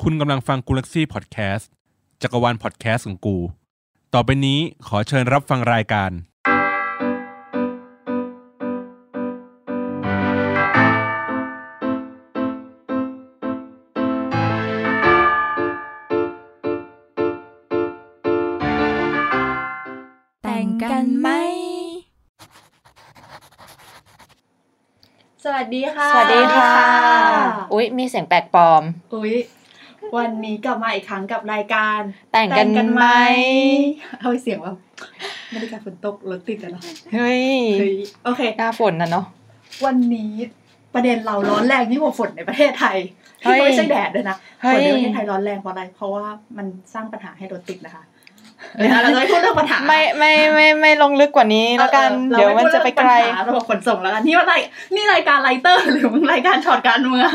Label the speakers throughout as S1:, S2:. S1: คุณกำลังฟังกูลักซี่พอดแคสต์จักรวาลพอดแคสต์ของกู ต่อไปนี้ขอเชิญรับฟังรายการ
S2: แต่งกันไหม
S3: สวัสดีค่ะ
S4: สวัสดีค่ะ อุ๊ย มีเสียงแปลกปลอม
S3: อุ๊ย วันนี้กลับมาอีกครั้งกับรายการ
S4: แต่งกันไหม
S3: เอาเสียงว่าบรรยากาศฝนตกรถติดกันเนาะ
S4: เฮ้ย
S3: เฮ้ยโอเค
S4: หน้าฝนนะเนาะ
S3: วันนี้ประเด็นเราร้อนแรงยิ่งกว่าฝนในประเทศไทย
S4: เฮ้
S3: ที่
S4: ย
S3: ไม่ใช่แดดเลยนะ
S4: เฮ้
S3: ฝ
S4: ย
S3: นในประเทศไทยร้อนแรงเพราะอะไร เพราะว่ามันสร้างปัญหาให้รถติดนะคะเดี๋ยวเราจะไม่พูดเรื่องปัญหา
S4: ไม่ไม่ไม่ไม่ลงลึกกว่านี้แล้วกัน
S3: ออออ
S4: เดี๋ยวมันจะไปไกล
S3: เราม่พูดเรื่องปัญหาระบบขนส่งแล้วกันนี่ว่าอะไรนี่รายการไลเตอร์ หรือมึงรายการช็อตการเมือง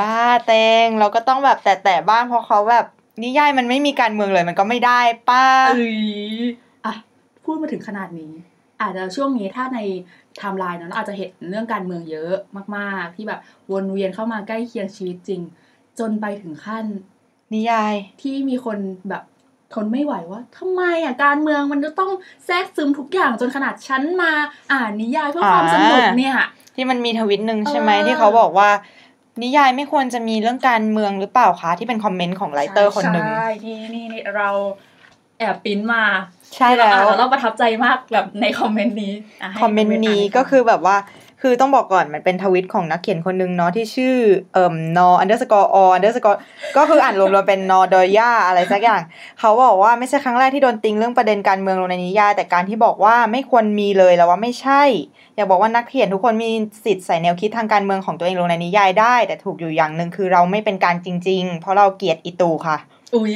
S4: บ้าเตงเราก็ต้องแบบแต่แต่บ้างเพราะเขาแบบนิยายมันไม่มีการเมืองเลยมันก็ไม่ได้ป้า
S3: เอ้ยอ่ะพูดมาถึงขนาดนี้ อาจจะช่วงนี้ถ้าในไทม์ไลน์เนอะเราอาจจะเห็นเรื่องการเมืองเยอะมากๆ ที่แบบวนเวียนเข้ามาใกล้เคียงชีวิตจริง จนไปถึงขั้น
S4: นิยาย
S3: ที่มีคนแบบทนไม่ไหวว่าทำไมอ่ะการเมืองมันจะต้องแทรกซึมทุกอย่างจนขนาดฉันมาอ่านนิยายเพื่อความสนุกเนี่ย
S4: ที่มันมีทวิตหนึ่งใช่ไหม
S3: เออ
S4: ที่เขาบอกว่า นิยายไม่ควรจะมีเรื่องการเมืองหรือเปล่าคะที่เป็นคอมเมนต์ของไลเตอร์คนหนึ่ง
S3: ใช่ที่นี่นี่เราแอบปริ้นมา
S4: ใช่แล้ว
S3: อ่านเราประทับใจมากแบบในคอมเมนต์นี้ะให้
S4: คอมเมนต์นี้
S3: ให้
S4: ก็คือแบบว่า คือต้องบอกก่อนมันเป็นทวิตของนักเขียนคนหนึ่งเนาะที่ชื่อเอ่มนออันเดอร์สกอร์ออันเดอร์สกอร์ก็คืออ่านรวมๆเป็นนอดอย่าอะไรสักอย่าง เขาบอกว่าไม่ใช่ครั้งแรกที่โดนติงเรื่องประเด็นการเมืองลงในนิยายแต่การที่บอกว่าไม่ควรมีเลยแล้วว่าไม่ใช่ อยากบอกว่านักเขียนทุกคนมีสิทธิ์ใส่แนวคิดทางการเมืองของตัวเองลงในนิยายได้ แต่ถูกอยู่อย่างหนึ่งคือเราไม่เป็นกลารจริง ๆ เพราะเราเกลียดอีตูค่ะ
S3: อุ๊ย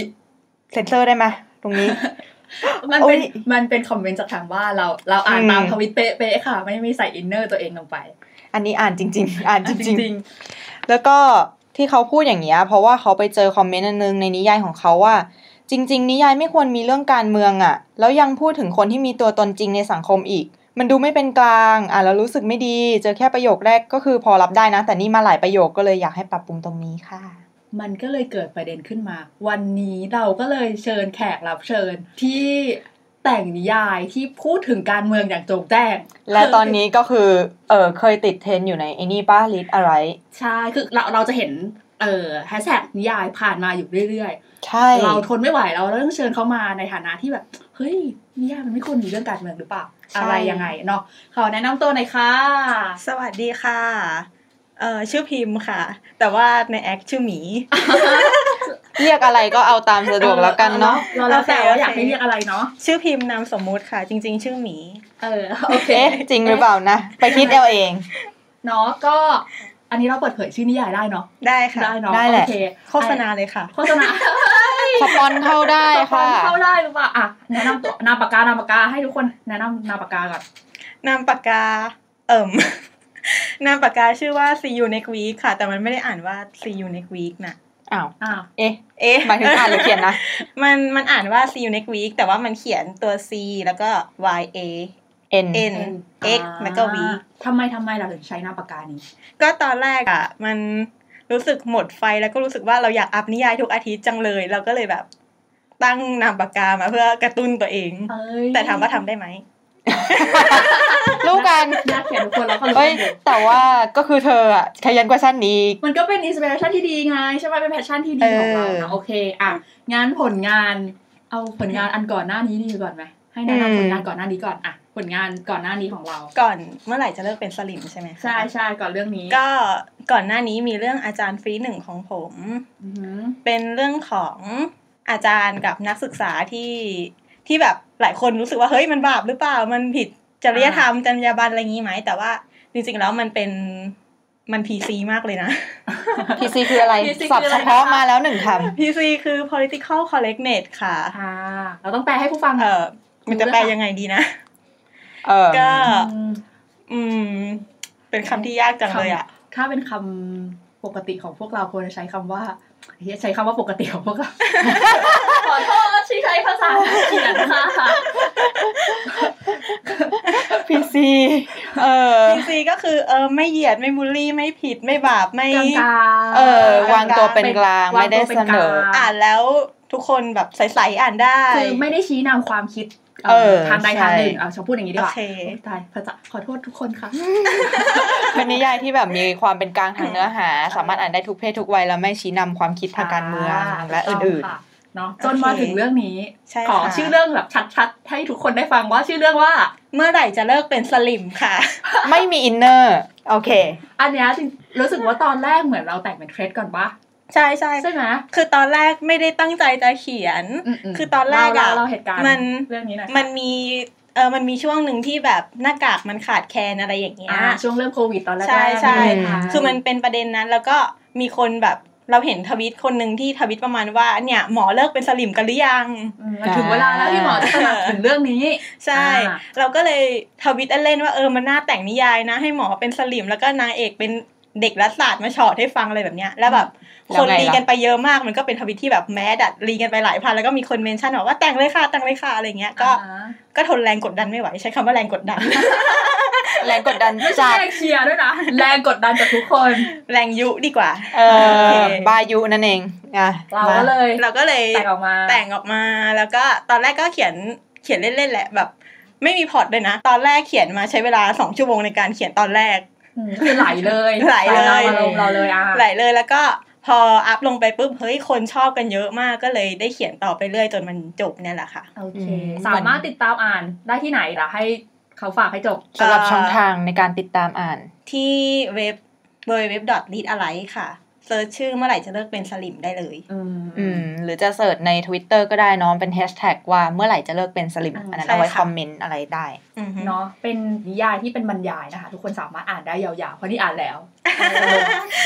S4: เซนเซอร์ได้ไหมตรงนี้
S3: มันเป็น
S4: โอ้ย
S3: มันเป็นคอมเมนต์จากทางบ้านเราเราอ่านตาม
S4: อืม
S3: ทวิตเป๊ะๆค่ะ ไม่มีใส่อินเนอร์ตัวเองลงไป
S4: อันนี้อ่านจริง ๆ อ่านจริง ๆ
S3: ริง
S4: แล้วก็ที่เขาพูดอย่างเงี้ยเพราะว่าเขาไปเจอคอมเมนต์อันนึงในนิยายของเขาว่า จริง ๆ นิยายไม่ควรมีเรื่องการเมืองอะ่ะ แล้วยังพูดถึงคนที่มีตัวตนจริงในสังคมอีก มันดูไม่เป็นกลางอ่ะแล้วรู้สึกไม่ดี เจอแค่ประโยคแรกก็คือพอรับได้นะ แต่นี่มาหลายประโยคก็เลยอยากให้ปรับปรุงตรงนี้ค่ะ
S3: ๆ มันก็เลยเกิดประเด็นขึ้นมา วันนี้เราก็เลยเชิญแขกรับเชิญที่แต่งนิยายที่พูดถึงการเมืองอย่างโจงแจ้ง
S4: และตอนนี้ก็คือเออเคยติดเทรนด์อยู่ในไอ้นี่ป้าลิสอะไร
S3: ใช่คือเราเราจะเห็นเอ่อแฮชแท็กนิยายผ่านมาอยู่เรื่อย
S4: ใช่
S3: ๆ เราทนไม่ไหวแล้วเราต้องเชิญเขามาในฐานะที่แบบ เฮ้ยนิยายมันไม่ควรมีเรื่องการเมืองหรือเปล่าอะไรยังไงเนาะขอแนะนำตัวหน่อยค่ะ
S5: สวัสดีค่ะ เอ่อชื่อพิมพ์ค่ะ แต่ว่าในแอคชื่อ หมี
S4: เรียกอะไรก็เอาตามสะดวกแล้วกันเนาะ
S3: เราแล้วแต่ว่าอยากให้เรียกอะไรเนาะ
S5: ชื่อพิมพ์นามสมมุติค่ะ จริง ๆ ชื่อหมี
S3: เออ โอเค
S4: เอ๊ะจริงหรือเปล่านะไปคิดเอาเอง
S3: เนาะก็ อันนี้เราเปิดเผยชื่อนิยายได้เนาะ
S5: ได้ค่ะ
S3: ได้เนาะ
S4: ได้แหละ
S3: โอเค
S5: โฆษณาเลยค่ะ
S3: โฆษณา
S4: สปอนเข้าได้ค่ะ
S3: เข้าได้หรือเปล่าอ่ะแนะนำตัวนามปากกานามปากกาให้ทุกคนแนะนำนามปากกาก่อน
S5: นามปากกา เอิ่ม นามปากกาชื่อว่า see you next week ค่ะ แต่มันไม่ได้อ่านว่า see you next week นะ
S4: อ้าว
S3: อ้าว
S4: เอ๊ะ
S5: เอ๊ะ
S4: หมายถึงอ่านหรือเขียนนะ
S5: มันมันอ่านว่า see you next week แต่ว่ามันเขียนตัว c แล้วก็ y a
S4: N
S5: n
S3: เป็
S5: x
S3: นอ่า
S5: แล้วก็ week
S3: ทำไมทำไมเราถึงใช้นามปากกานี้
S5: ก็ตอนแรกอะ่ะ มันรู้สึกหมดไฟแล้วก็รู้สึกว่าเราอยากอัพนิยายทุกอาทิตย์จังเลย เราก็เลยแบบตั้งนามปากกามาเพื่อกระตุ้นตัวเอง
S3: เอ้ย
S5: แต่ถามว่าทำได้ไหม
S4: ลูกกัน
S3: นักเขียนทุกคนแล้วก็รู้
S4: เอ้ย
S3: กันอยู่
S4: แต่ว่าก็คือเธออะขยันกว่าฉันอีก
S3: มันก็เป็นอินสปิเรชันที่ดีไงใช่ไหมเป็นแพชชั่นที่ดีของเรา
S4: เอ
S3: นะ
S4: อ
S3: โอเคอ่ะงานผลงานเอาผลงานอันก่อนหน้านี้ดีก่อนไหมให้แนะ
S4: อืม
S3: นำผลงานก่อนหน้านี้ก่อนอ่ะผลงานก่อนหน้านี้ของเรา
S5: ก่อนเมื่อไหร่จะเลิกเป็นสลิมใช่ไหมคะ
S3: ใช่ใช่ก่อนเรื่องนี้
S5: ก็ก่อนหน้านี้มีเรื่องอาจารย์ฟรีหนึ่งของผม
S3: อือหือ
S5: เป็นเรื่องของอาจารย์กับนักศึกษาที่ที่แบบหลายคนรู้สึกว่าเฮ้ยมันบาปหรือเปล่า มันผิดจริยธรรมจรรยาบรรณอะไรอย่างนี้ไหมแต่ว่าจริงๆแล้วมันเป็นมันพีซีมากเลยนะ
S4: พีซีคืออะไร
S3: PC
S4: สับ
S3: คืออะไร
S4: เฉพาะ
S3: นะคะ
S4: มาแล้วหนึ่งค
S5: PC คือ political correctness ค่ะ
S3: อ่าเราต้องแปลให้ผู้ฟัง
S5: เออมันจะแปลยังไงดีนะ
S4: ำเออ
S5: ก็
S3: อืม
S5: อืม เป็นคำที่ยากจังเลยอ่ะ
S3: ถ้าเป็นคำปกติของพวกเราควรจะใช้คำว่าเฮียใช้คำว่าปกติของพ วกเรา ขอโทษที่ใช้ภาษาเขียนค่ะ
S4: พีซี เออ
S5: พีซีก็คือเออไม่เหยียดไม่บูลลี่ไม่ผิดไม่บาปไม่
S3: กลางๆ
S4: เออ วางตัว
S5: กลางๆ
S4: เป็นกลาง
S3: ว
S4: ไม่
S3: ง
S4: ได้
S3: ตัวป็
S4: เสนอ
S3: กล
S5: อ่างนแล้วทุกคนแบบใสๆอ่านได้
S3: คือไม่ได้ชี้นำความคิด
S4: เออ
S3: ทางใด
S4: ใช่
S3: ทางหนึ่งเอาฉันพูดอย่างนี้ดีกว่า
S5: โอเค
S3: โอ้ยตายพระเจ้าขอโทษทุกคนค่ะ
S4: เป็นนิยายที่แบบมีความเป็นกลางทางเนื้อหา สามารถอ่านได้ทุกเพศทุกวัย และไม่ชี้นำความคิดทางการเมืองและอื่น
S3: ๆเนาะ
S5: โอเค
S3: จนมาถึงเรื่องนี้
S5: ใช่ค่ะ
S3: ขอชื่อเรื่องแบบชัดๆ ให้ทุกคนได้ฟังว่าชื่อเรื่องว่า
S5: เมื่อไหร่จะเลิกเป็นสลิมค่ะ
S4: ๆ ไม่มีอินเนอร์โอเค
S3: อันเนี้ยจริงรู้สึกว่าตอนแรกเหมือนเราแต่งเป็นเทรดก่อนปะ
S5: ใช่ใช่
S3: ใช่ไหม
S5: คือตอนแรกไม่ได้ตั้งใจจะเขียน
S3: มๆ
S5: คือตอนแรกอะ
S3: เล่าเล่าเหตุการณ์
S5: มัน
S3: เรื่องนี้หน่อย
S5: มันมีเออมันมีช่วงหนึ่งที่แบบหน้ากากมันขาดแคลนอะไรอย่างเงี้ย
S3: อ่าช่วงเริ่มโควิดตอนแรกๆ
S5: ใช่ใช่
S3: ไม่ได้ทำ
S5: คือมันเป็นประเด็นนั้นแล้วก็มีคนแบบเราเห็นทวิตคนหนึ่งที่ทวิตประมาณว่าเนี่ยหมอเลิกเป็นสลิมกันหรือยัง
S3: อืมมันถึงเวลาแล้วที่หมอจะตระหนักถึงเรื่องนี้
S5: ใช่
S3: อ่า
S5: เราก็เลยทวิตเล่นๆว่าเออมันน่าแต่งนิยายนะ ให้หมอเป็นสลิมแล้วก็นางเอกเป็นเด็กรัฐศาสตร์มาเฉอดให้ฟังอะไรแบบเนี้ยแล้วแบบ
S4: แล้วไง
S5: คนรี
S4: ล่ะ
S5: กันไปเยอะมากมันก็เป็นทวิตที่แบบแมสดัดรีกันไปหลายพันแล้วก็มีคนเมนชั่นบอกว่าแต่งเลยค่ะแต่งเลยค่ะอะไรเงี้ยก็
S3: อ่า
S5: ก็ทนแรงกดดันไม่ไหวใช้คำว่าแรงกดดัน
S4: แรงกดดัน
S3: ไม่
S4: จา
S3: ใช่
S4: ก
S3: แรงเชียร์ด้วยนะ แรงกดดันจากทุกคน
S5: แรงยุดีกว่า
S4: เอ่อบายุนั่นเองอ่ะ
S3: เราก็เลย
S5: เราก็เลย
S3: แต่งออกมา
S5: แต่งออกมาแล้วก็ตอนแรกก็เขียนเขียนเล่นๆแหละแบบ ไม่มีพล็อร์ตเลยนะ ตอนแรกเขียนมาใช้เวลาสองชั่วโมงในการเขียนตอนแรก
S3: อืมคือไหลเลย
S5: ไหลเลย
S3: ตามอารมณ์เราเลยอ่ะ
S5: ไหลเลยแล้วก็พออัพลงไปปุ๊บเฮ้ยคนชอบกันเยอะมากก็เลยได้เขียนต่อไปเรื่อยจนมันจบเนี่ยแหละค่ะ
S3: โอเค สามารถติดตามอ่านได้ที่ไหนเหรอให้เขาฝากให้จบ
S4: สำหรับช่องทางในการติดตามอ่าน
S5: ที่เว็บ w w w r e a d a l i ค่ะเซิร์ชชื่อเมื่อไหร่จะเลิกเป็นสลิมได้เลย
S3: อืม
S4: อืม หรือจะเสิร์ชใน Twitter ก็ได้เน้องเป็นแฮชแท็กว่าเมื่อไหร่จะเลิกเป็นสลิม
S3: อืม
S4: อันนั้น
S5: ใช่
S4: เอาไว้
S5: ค่ะ
S4: คอมเมนต์อะไรได้
S5: อือฮึ
S3: เนาะเป็นนิยายที่เป็นบรรยายนะคะ ทุกคนสามารถอ่านได้ยาวๆเพราะนี่อ่าน แล้ว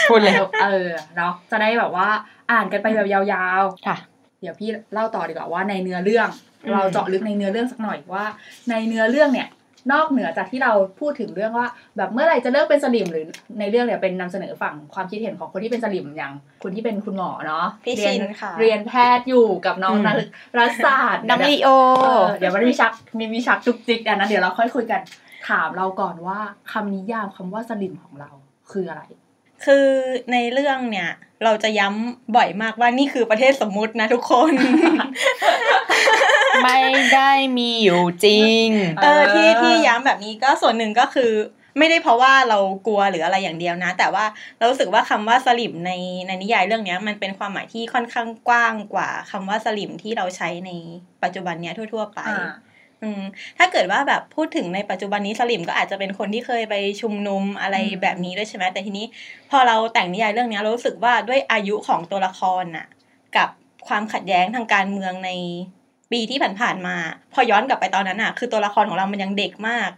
S4: พูดเลย
S3: เออเนาะจะได้แบบว่าอ่านกันไปแบบยาวๆ
S4: ค่ะ
S3: เดี๋ยวพี่เล่าต่อดีกว่าว่าในเนื้อเรื่อง
S4: อืม
S3: เราเจาะลึกในเนื้อเรื่องสักหน่อยว่า ในเนื้อเรื่องเนี่ย นอกเหนือจากที่เราพูดถึงเรื่องว่า แบบเมื่อไหร่จะเลิกเป็นสลิมหรือในเรื่องเนี่ยเป็นนำเสนอฝั่งความคิดเห็นของคนที่เป็นสลิมอย่างคุณที่เป็นคุณหมอเนาะ
S5: พี่
S3: เรี
S5: ชิ
S3: น
S5: นค่ะ
S3: เรียนแพทย์อยู่กับน้อง
S4: อืม
S3: นักรัฐศาสตร์
S4: น้องลีโอ
S3: เออเดี๋ยวมันมีชักมีมีชักจุกจิกอันนั้นเดี๋ยวเราค่อยคุยกันถามเราก่อนว่าคำนิยามคำว่าสลิมของเราคืออะไร
S5: คือในเรื่องเนี่ยเราจะย้ำบ่อยมากว่านี่คือประเทศสมมุตินะทุกคน
S4: ไม่ได้มีอยู่จริง
S5: เออที่
S3: เออ
S5: ที่ย้ำแบบนี้ก็ส่วนหนึ่งก็คือ ไม่ได้เพราะว่าเรากลัวหรืออะไรอย่างเดียวนะ แต่ว่าเรารู้สึกว่าคำว่าสลิมในในนิยายเรื่องเนี้ยมันเป็นความหมายที่ค่อนข้างกว้างกว่าคำว่าสลิมที่เราใช้ในปัจจุบันเนี้ยทั่ว ๆ ไป
S3: อ่า
S5: อืมถ้าเกิดว่าแบบพูดถึงในปัจจุบันนี้สลิมก็อาจจะเป็นคนที่เคยไปชุมนุมอะไร
S3: อืม
S5: แบบนี้ด้วยใช่ไหมแต่ทีนี้ พอเราแต่งนิยายเรื่องเนี้ยเรารู้สึกว่าด้วยอายุของตัวละครน่ะ กับความขัดแย้งทางการเมืองในปีที่ผ่านๆมา พอย้อนกลับไปตอนนั้นน่ะ คือตัวละครของเรามันยังเด็กมาก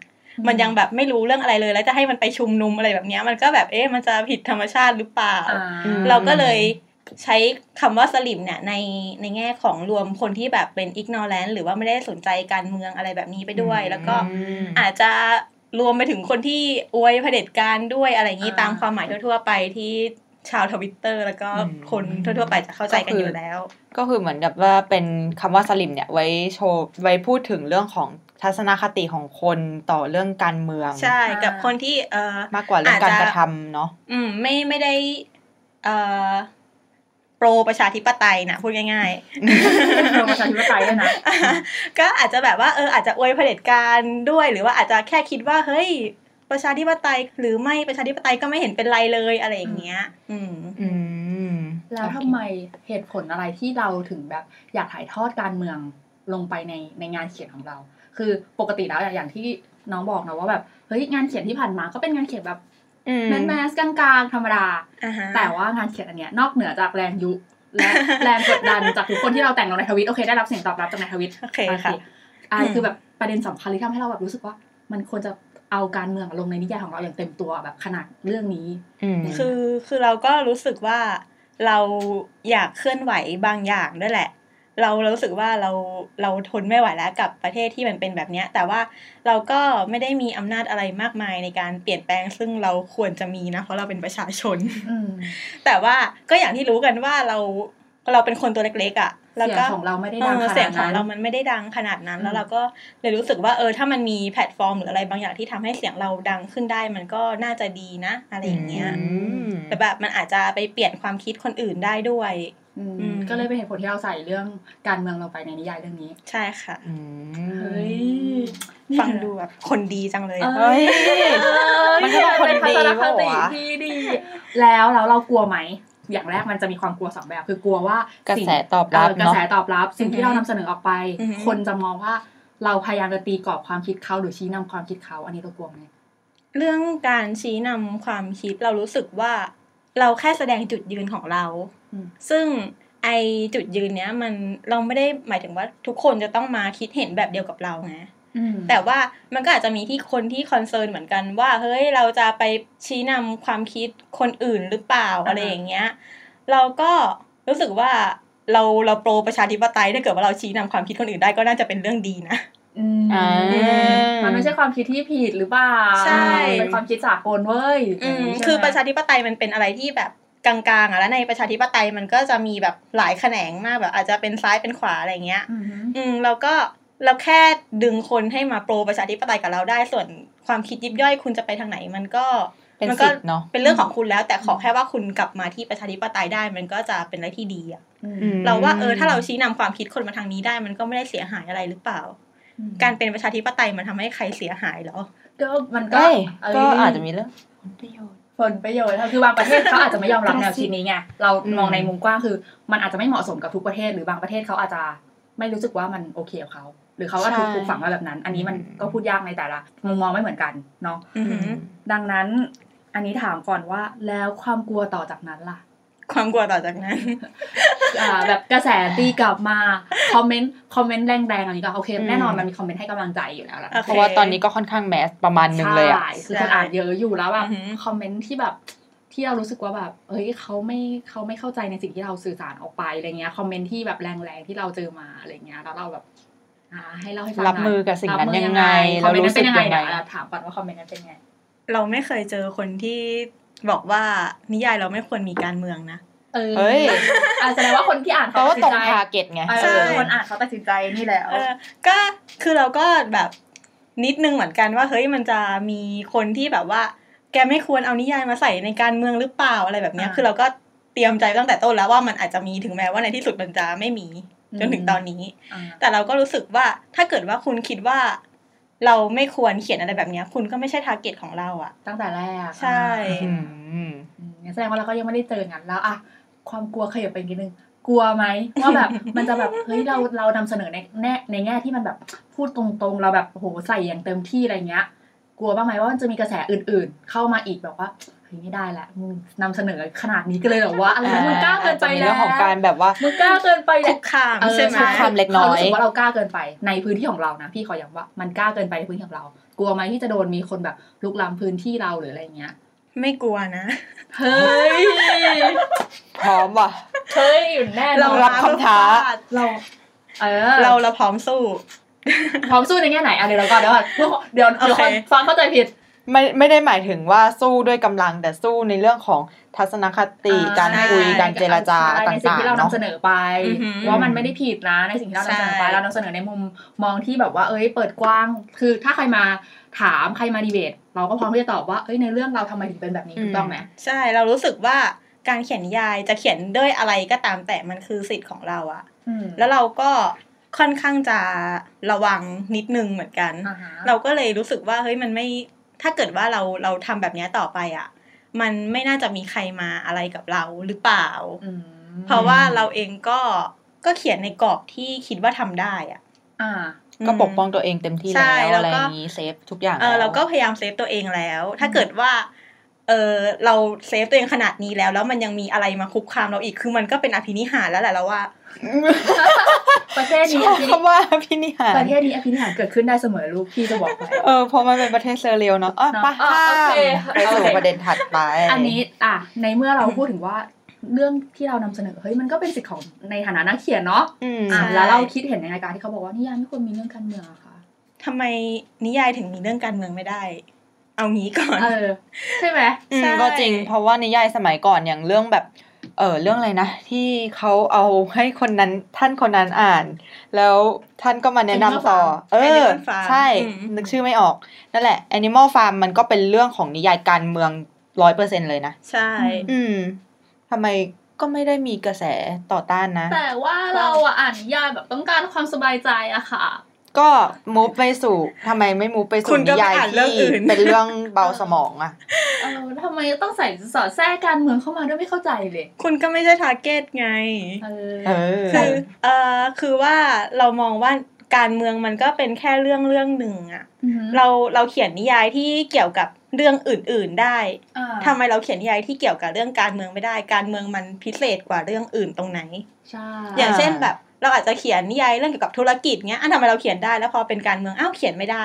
S5: มันยังแบบไม่รู้เรื่องอะไรเลย แล้วจะให้มันไปชุมนุมอะไรแบบเนี้ยมันก็แบบเอ๊ะมันจะผิดธรรมชาติหรือเปล่า
S3: อ่า
S4: อืม
S5: เราก็เลยใช้คำว่าสลิมเนี่ยในในแง่ของรวมคนที่แบบเป็นอิกโนแลนหรือว่าไม่ได้สนใจการเมืองอะไรแบบนี้ไปด้วย แล้วก็
S4: ม
S5: อาจจะรวมไปถึงคนที่อวยเผด็จการด้วยอะไรอย่างนี้
S3: อ่า
S5: ตามความหมายทั่วๆไปที่ชาวทวิตเตอร์แล้วก็
S4: อืม
S5: คนทั่วๆไปจะเข้าใจกันอยู่แล้ว
S4: ก็คือเหมือนกับว่าเป็นคำว่าสลิมเนี่ยไว้โชว์ไว้พูดถึงเรื่องของทัศนคติของคนต่อเรื่องการเมือง
S5: ใช่กับคนที่เออ
S4: มากกว่าเรื่องการ
S5: อาจจะ
S4: กระทำเนาะ
S5: อืมไม่ไม่ได้เอ่อโปรประชาธิปไตยนะพูดง่ายๆ
S3: โปรประชาธิปไตยด้วยนะ
S5: ก็อาจจะแบบว่าเอออาจจะอวยเผด็จการด้วย หรือว่าอาจจะแค่คิดว่าเฮ้ย ประชาธิปไตยหรือไม่ประชาธิปไตยก็ไม่เห็นเป็นไรเลยอะไรอย่างเงี้ย อืม
S4: อืม
S3: แล้วทำไมเหตุผลอะไรที่เราถึงแบบอยากถ่ายทอดการเมืองลงไปในในงานเขียนของเรา คือปกติแล้วอย่างที่น้องบอกนะว่าแบบเฮ้ยงานเขียนที่ผ่านมาก็เป็นงานเขียนแบบ
S4: อืม
S3: แมสแมสกลางๆธรรมดา
S5: อ่าฮะ
S3: แต่ว่างานเขียนอันเนี้ยนอกเหนือจากแรงยุและ แรงกดดันจากทุกคนที่เราแต่งลงในทวิตโอเคได้รับเสียงตอบรับจากในทวิต
S5: โอเคค่ะ
S3: อ่า
S5: อืม
S3: คือแบบประเด็นสำคัญที่ทำให้เราแบบรู้สึกว่า มันควรจะเอาการเมืองลงในนิยายของเราอย่างเต็มตัวแบบขนาดเรื่องนี้ ม
S5: คือคือเราก็รู้สึกว่าเราอยากเคลื่อนไหวบางอย่างด้วยแหละ เราเรารู้สึกว่าเราเราทนไม่ไหวแล้วกับประเทศที่มันเป็นแบบเนี้ย แต่ว่าเราก็ไม่ได้มีอำนาจอะไรมากมายในการเปลี่ยนแปลง ซึ่งเราควรจะมีนะเพราะเราเป็นประชาชน
S3: อืม
S5: แต่ว่าก็อย่างที่รู้กันว่าเราเราเป็นคนตัวเล็กๆอะ่ะ แล้ว
S3: เสียง
S5: ก็
S3: ของเราไม่ได้
S5: เอ
S3: ดัง
S5: อ
S3: ข
S5: เสีย
S3: นาง ด
S5: ของ
S3: นั้น
S5: เรามันไม่ได้ดังขนาดนั้น
S3: อืม
S5: แล้วเราก็เลยรู้สึกว่าเออถ้ามันมีแพลตฟอร์มหรืออะไรบางอย่างที่ทำให้เสียงเราดังขึ้นได้ มันก็น่าจะดีนะ อะไรอย่างเงี้ย
S4: อืม
S5: แต่แบบมันอาจจะไปเปลี่ยนความคิดคนอื่นได้ด้วย
S3: อืม
S5: อืม
S3: ก็เลยเป็นเหตุผลที่เราใส่เรื่องการเมืองเราไปในนิยายเรื่องนี้
S5: ใช่ค่ะ
S4: อืม
S3: เฮ้ย
S5: ฟังดูแบบคนดีจังเลยอะ
S4: เอ้ยมันก็ต้องคนดี
S3: เป็นทัศนคติ
S4: ปะวะ
S3: ที่ดี แล้วแล้วเรากลัวไหม อย่างแรกมันจะมีความกลัวสองแบบ คือกลัวว่าสิ่
S4: กระ
S3: ง
S4: แสตอบรับ
S3: เก
S4: เนอะ
S3: ระแสตอบรับ สิ่งที่เรานำเสนอออกไป คนจะมองว่าเราพยายามจะตีกรอบความคิดเขาหรือชี้นำความคิดเขาอันนี้เรากลัวไหม
S5: เรื่องการชี้นำความคิดเรารู้สึกว่าเราแค่แสดงจุดยืนของเรา
S3: อืม
S5: ซึ่งไอจุดยืนเนี้ยมันเราไม่ได้หมายถึงว่าทุกคนจะต้องมาคิดเห็นแบบเดียวกับเราไง แต่ว่ามันก็อาจจะมีที่คนที่คอนเซิร์นเหมือนกันว่าเฮ้ยเราจะไปชี้นำความคิดคนอื่นหรือเปล่า
S3: อ่าฮะ
S5: อะไรอย่างเงี้ยเราก็รู้สึกว่าเราเราโปรประชาธิปไตยถ้าเกิดว่าเราชี้นำความคิดคนอื่นได้ก็น่าจะเป็นเรื่องดีนะ
S3: อืม
S4: อ่า
S3: มันไม่ใช่ความคิดที่ผิดหรือเปล่า
S5: ใช่
S3: เป็นความคิดสากลเว้ย
S5: อืม
S3: ย่งนี้ใช่ไหม
S5: คือประชาธิปไตยมันเป็นอะไรที่แบบกลางๆอ่ะแล้วในประชาธิปไตยมันก็จะมีแบบหลายแขนงมากแบบอาจจะเป็นซ้ายเป็นขวาอะไรอย่างเงี้ย
S3: อือหือ
S5: อืมเราก็เราแค่ดึงคนให้มาโปรประชาธิปไตยกับเราได้ส่วนความคิดยิบย่อยคุณจะไปทางไหน มันก็
S4: เป็น
S5: มั
S4: สิ
S5: ก็
S4: ทธิ์เนาะ
S5: เป็นเรื่องของคุณแล้ว แต่ขอแค่ว่าคุณกลับมาที่ประชาธิปไตยได้ มันก็จะเป็นอะไรที่ดีอะ
S3: อืม
S5: เราว่าเออถ้าเราชี้นำความคิดคนมาทางนี้ได้ มันก็ไม่ได้เสียหายอะไรหรือเปล่า การเป็นประชาธิปไตยมันทำให้ใครเสียหายเหรอ
S3: ก็มันก็
S4: เอ้ย
S3: เย
S4: ก็อาจจะมีเรื่องผลประโยชน์
S3: ผลประโยชน์คือบางประเทศเขาอาจจะไม่ยอมรับแนวคิดนี้ไงเรา
S4: อืม
S3: มองในมุมกว้างคือ มันอาจจะไม่เหมาะสมกับทุกประเทศ หรือบางประเทศเขาอาจจะไม่รู้สึกว่ามันโอเคกับเขาหรือเขาก็ถูกปลูกฝังมาแบบนั้น อันนี้มันก็พูดยากในแต่ละมุมมองไม่เหมือนกันเนาะ
S5: อือหือ
S3: ดังนั้น อันนี้ถามก่อนว่าแล้วความกลัวต่อจากนั้นล่ะ
S5: ความกลัวต่อจากนั้น
S3: อ่าแบบกระแสตีกลับมาคอมเมนต์คอมเมนต์แรงๆอันนี้ก็โอเค
S4: อืม
S3: แน่นอนมันมีคอมเมนต์ให้กำลังใจอยู่แล้วล่ะ
S5: โอเค
S4: เพราะว่าตอนนี้ก็ค่อนข้างแมสประมาณหนึงเลยอะ
S3: ใช่คือคนอ่านเยอะอยู่แล้วแบบ
S5: อือหือ
S3: คอมเมนต์ที่แบบที่เรารู้สึกว่าแบบเฮ้ยเขาไม่เขาไม่เข้าใจในสิ่งที่เราสื่อสารออกไปอะไรเงี้ยคอมเมนต์ที่แบบแรงๆที่เราเจอมาอะไรเงี้ยแล้วเราแบบอ่าให้เล่าให้ฟังหน่ย
S4: รับมือกับสิ่งนั้น
S3: รัมือ
S4: ยังไง
S3: คอมเมนต์นั้นเป็นยังไง
S4: เรารู้สึกยังไง
S3: เนี่ยอ่ะถามก่อนว่าคอมเมนต์นั้นเป็นไง
S5: เราไม่เคยเจอคนที่บอกว่านิยายเราไม่ควรมีการเมืองนะ
S3: เออ
S4: เฮ้ย
S3: อ่ะแสดงว่าคนที่อ่าน
S4: เพราะ
S3: เขา
S4: ว่า
S3: ตัด
S4: ตรง
S3: สินใจ
S4: ทาร์เก็ตไง
S3: เออ
S5: ใช่
S3: คนอ่านเขาตัดสินใจนี่แหละ
S5: เออก็คือเราก็แบบนิดนึงเหมือนกันว่าเฮ้ยมันจะมีคนที่แบบว่า แกไม่ควรเอานิยายมาใส่ในการเมืองหรือเปล่าอะไรแบบเนี้ย
S3: อ่า
S5: คือเราก็เตรียมใจตั้งแต่ต้นแล้วว่ามันอาจจะมีถึงแม้ว่าในที่สุดมันจะไม่มีจนถึงตอนนี้
S3: อ่า
S5: แต่เราก็รู้สึกว่าถ้าเกิดว่าคุณคิดว่า เราไม่ควรเขียนอะไรแบบเนี้ยคุณก็ไม่ใช่ทาร์เก็ตของเราอะ
S3: ตั้งแต่แรก
S5: ใช่
S3: อ่า อืมงั้นแสดงว่าเราก็ยังไม่ได้เจอกันแล้วอะความกลัวขยับไปอีกนิดนึงกลัวไหมว่าแบบ มันจะ แบบเฮ้ยเราเรานำเสนอในแง่ในแง่ที่มันแบบพูดตรงๆ เราแบบโหใส่อย่างเต็มที่อะไรเงี้ย กลัวบ้างไหมว่ามันจะมีกระแสอื่นๆ เข้ามาอีกแบบว่าเฮ้ยไม่ได้ละมึงนำเสนอขนาดนี้กันเลยเหรอวะอะไร
S4: อ่
S3: นะมึงกล้าเกินไป
S4: อจจะมี
S3: แล้
S4: เรื่อ
S3: ว
S4: งของการแบบว่า
S3: มึงกล้าเกินไปแล้
S5: คุ
S3: ว
S5: กคาม
S3: เออ
S5: ใช่ไหม
S4: คุกคามเล็กน้อย
S3: ขารู้สึกว่าเรากล้าเกินไปในพื้นที่ของเรานะพี่ขอย้ำว่ามันกล้าเกินไปในพื้นที่ของเรา กลัวไหมที่จะโดนมีคนแบบลุกล้ำพื้นที่เราหรืออะไรเงี้ย
S5: ไม่กลัวนะ
S3: เฮ้ย
S4: พร้อมว่ะ
S3: เฮ้ยอยู่แน่น
S5: เรา
S3: อน
S4: รับคำท้า
S3: เราเออ
S5: เราเราพร้อมสู้
S3: พร้อมสู้ในแง่ไหนอ่ะเดี๋ยวเราก่อนเดี๋ยวก่อนเพื่อเดี๋ยวเดี๋ยวคน
S5: โอเค
S3: ฟังเข้าใจผิด
S4: ไม่ไม่ได้หมายถึงว่าสู้ด้วยกำลังแต่สู้ในเรื่องของทัศนคติ
S3: อ่า
S4: การคุยการเจรจา
S3: ใช่ในสิ่ง
S4: ต่าง
S3: ที่
S4: ๆ
S3: เรานำ
S4: เนาะ
S3: เสนอไป
S5: อือหือ
S3: ว่ามันไม่ได้ผิดนะ ในสิ่งที่เรานำเสนอไป
S5: ใช่
S3: เรานำเสนอในมุมมองที่แบบว่า เอ้ยเปิดกว้าง คือถ้าใครมาถามใครมาดีเบต เราก็พร้อมที่จะตอบว่าเอ้ยในเรื่องเราทำไมถึงเป็นแบบนี้
S4: อืม
S3: ถูกต้องไหม
S5: ใช่เรารู้สึกว่าการเขียนนิยายจะเขียนด้วยอะไรก็ตามแต่มันคือสิทธิ์ของเราอะ
S3: อืม
S5: แล้วเราก็ค่อนข้างจะระวังนิดนึงเหมือนกัน
S3: อ่าฮะ
S5: เราก็เลยรู้สึกว่าเฮ้ยมันไม่ถ้าเกิดว่าเราเราทำแบบเนี้ยต่อไปอะมันไม่น่าจะมีใครมาอะไรกับเราหรือเปล่า
S3: อืม
S5: เพราะว่าเราเองก็ก็เขียนในกรอบที่คิดว่าทำได้อะ
S3: อ่า
S4: ก็ปกป้อง
S5: ม
S4: ตัวเองเต็มที่
S5: ใช่
S4: แล้วอะไร
S5: แล้วก็
S4: อย่างนี้เซฟทุกอย่าง
S5: เออเราก็
S4: แล้ว
S5: พยายามเซฟตัวเองแล้ว ถ้าเกิดว่า เออเราเซฟตัวเองขนาดนี้แล้ว แล้วมันยังมีอะไรมาคุกคามเราอีก คือมันก็เป็นอภินิหารแล้วแหละเราว่า
S3: ประเทศ
S4: ช
S3: นี้
S4: อบคำว่าพี่นิหาร
S3: ประเทศนี้อภินิหารเกิดขึ้นได้เสมอลูกพี่จะบอกไว้
S4: เออเพอมันเป็นประเทศเซอร์เรียลเนาะอ่ะ
S3: เนอะ
S4: ไป
S3: อ่ะ
S4: ข้า
S3: โอ
S4: ม
S3: เค
S4: ไปสู่
S3: โอเค
S4: ประเด็นถัดไป
S3: อันนี้อ่ะในเมื่อเราพูดถึงว่าเรื่องที่เรานำเสนอเฮ้ยมันก็เป็นสิทธิ์ของในฐานะนักเขียนเนาะ
S4: อืม
S3: อ่ะ
S5: ใช่
S3: แล้วเราคิดเห็นในรายการที่เขาบอกว่านิยายไม่ควรมีเรื่องการเมืองอะค่ะ
S5: ทำไมนิยายถึงมีเรื่องการเมืองไม่ได้ เอางี้ก่อน
S3: เออใช่ไหม
S4: อืม
S5: ใช่
S4: ก็จริงเพราะว่านิยายสมัยก่อนอย่างเรื่องแบบ เออเรื่องอะไรนะ ที่เขาเอาให้คนนั้นท่านคนนั้นอ่าน แล้วท่านก็มาแนะนำต่อ
S5: Animal Farm
S4: เออ
S5: Animal Farm
S4: ใช่
S5: อืม
S4: นึกชื่อไม่ออก นั่นแหละ Animal Farm มันก็เป็นเรื่องของนิยายการเมืองร้อยเปอร์เซ็นเลยนะ
S5: ใช่
S4: อืมทำไมก็ไม่ได้มีกระแสต่อต้านนะ
S2: แต่ว่าเราอะอ่านนิยายแบบต้องการความสบายใจอะค่ะ
S4: ก็มูฟไปสู่ทำไมไม่มูฟไปสู่
S5: คุณก็
S4: นิ
S5: ไป
S4: ยาย
S5: อ่านเรื่อง
S4: ที่
S5: อื่น
S4: เป็นเรื่องเบาสมองอะ
S3: เออทำไมต้องใส่สอดแทรกการเมืองเข้ามาด้วยไม่เข้าใจเลย
S5: คุณก็ไม่ใช่ทาร์เก็ตไง
S3: เออ
S4: เออ
S5: คือเอ่อคือว่าเรามองว่าการเมืองมันก็เป็นแค่เรื่องเรื่องหนึ่งอะเราเราเขียนนิยายที่เกี่ยวกับเรื่องอื่น ๆได้ทำไมเราเขียนนิยายที่เกี่ยวกับเรื่องการเมืองไม่ได้ การเมืองมันพิเศษกว่าเรื่องอื่นตรงไหน
S3: ใช่
S5: อ
S4: อ่า
S5: ย่างเช่นแบบเราอาจจะเขียนนิยายเรื่องเกี่ยวกับธุรกิจเงี้ยอันทำไมเราเขียนได้แล้วพอเป็นการเมืองอ้าวเขียนไม่ได้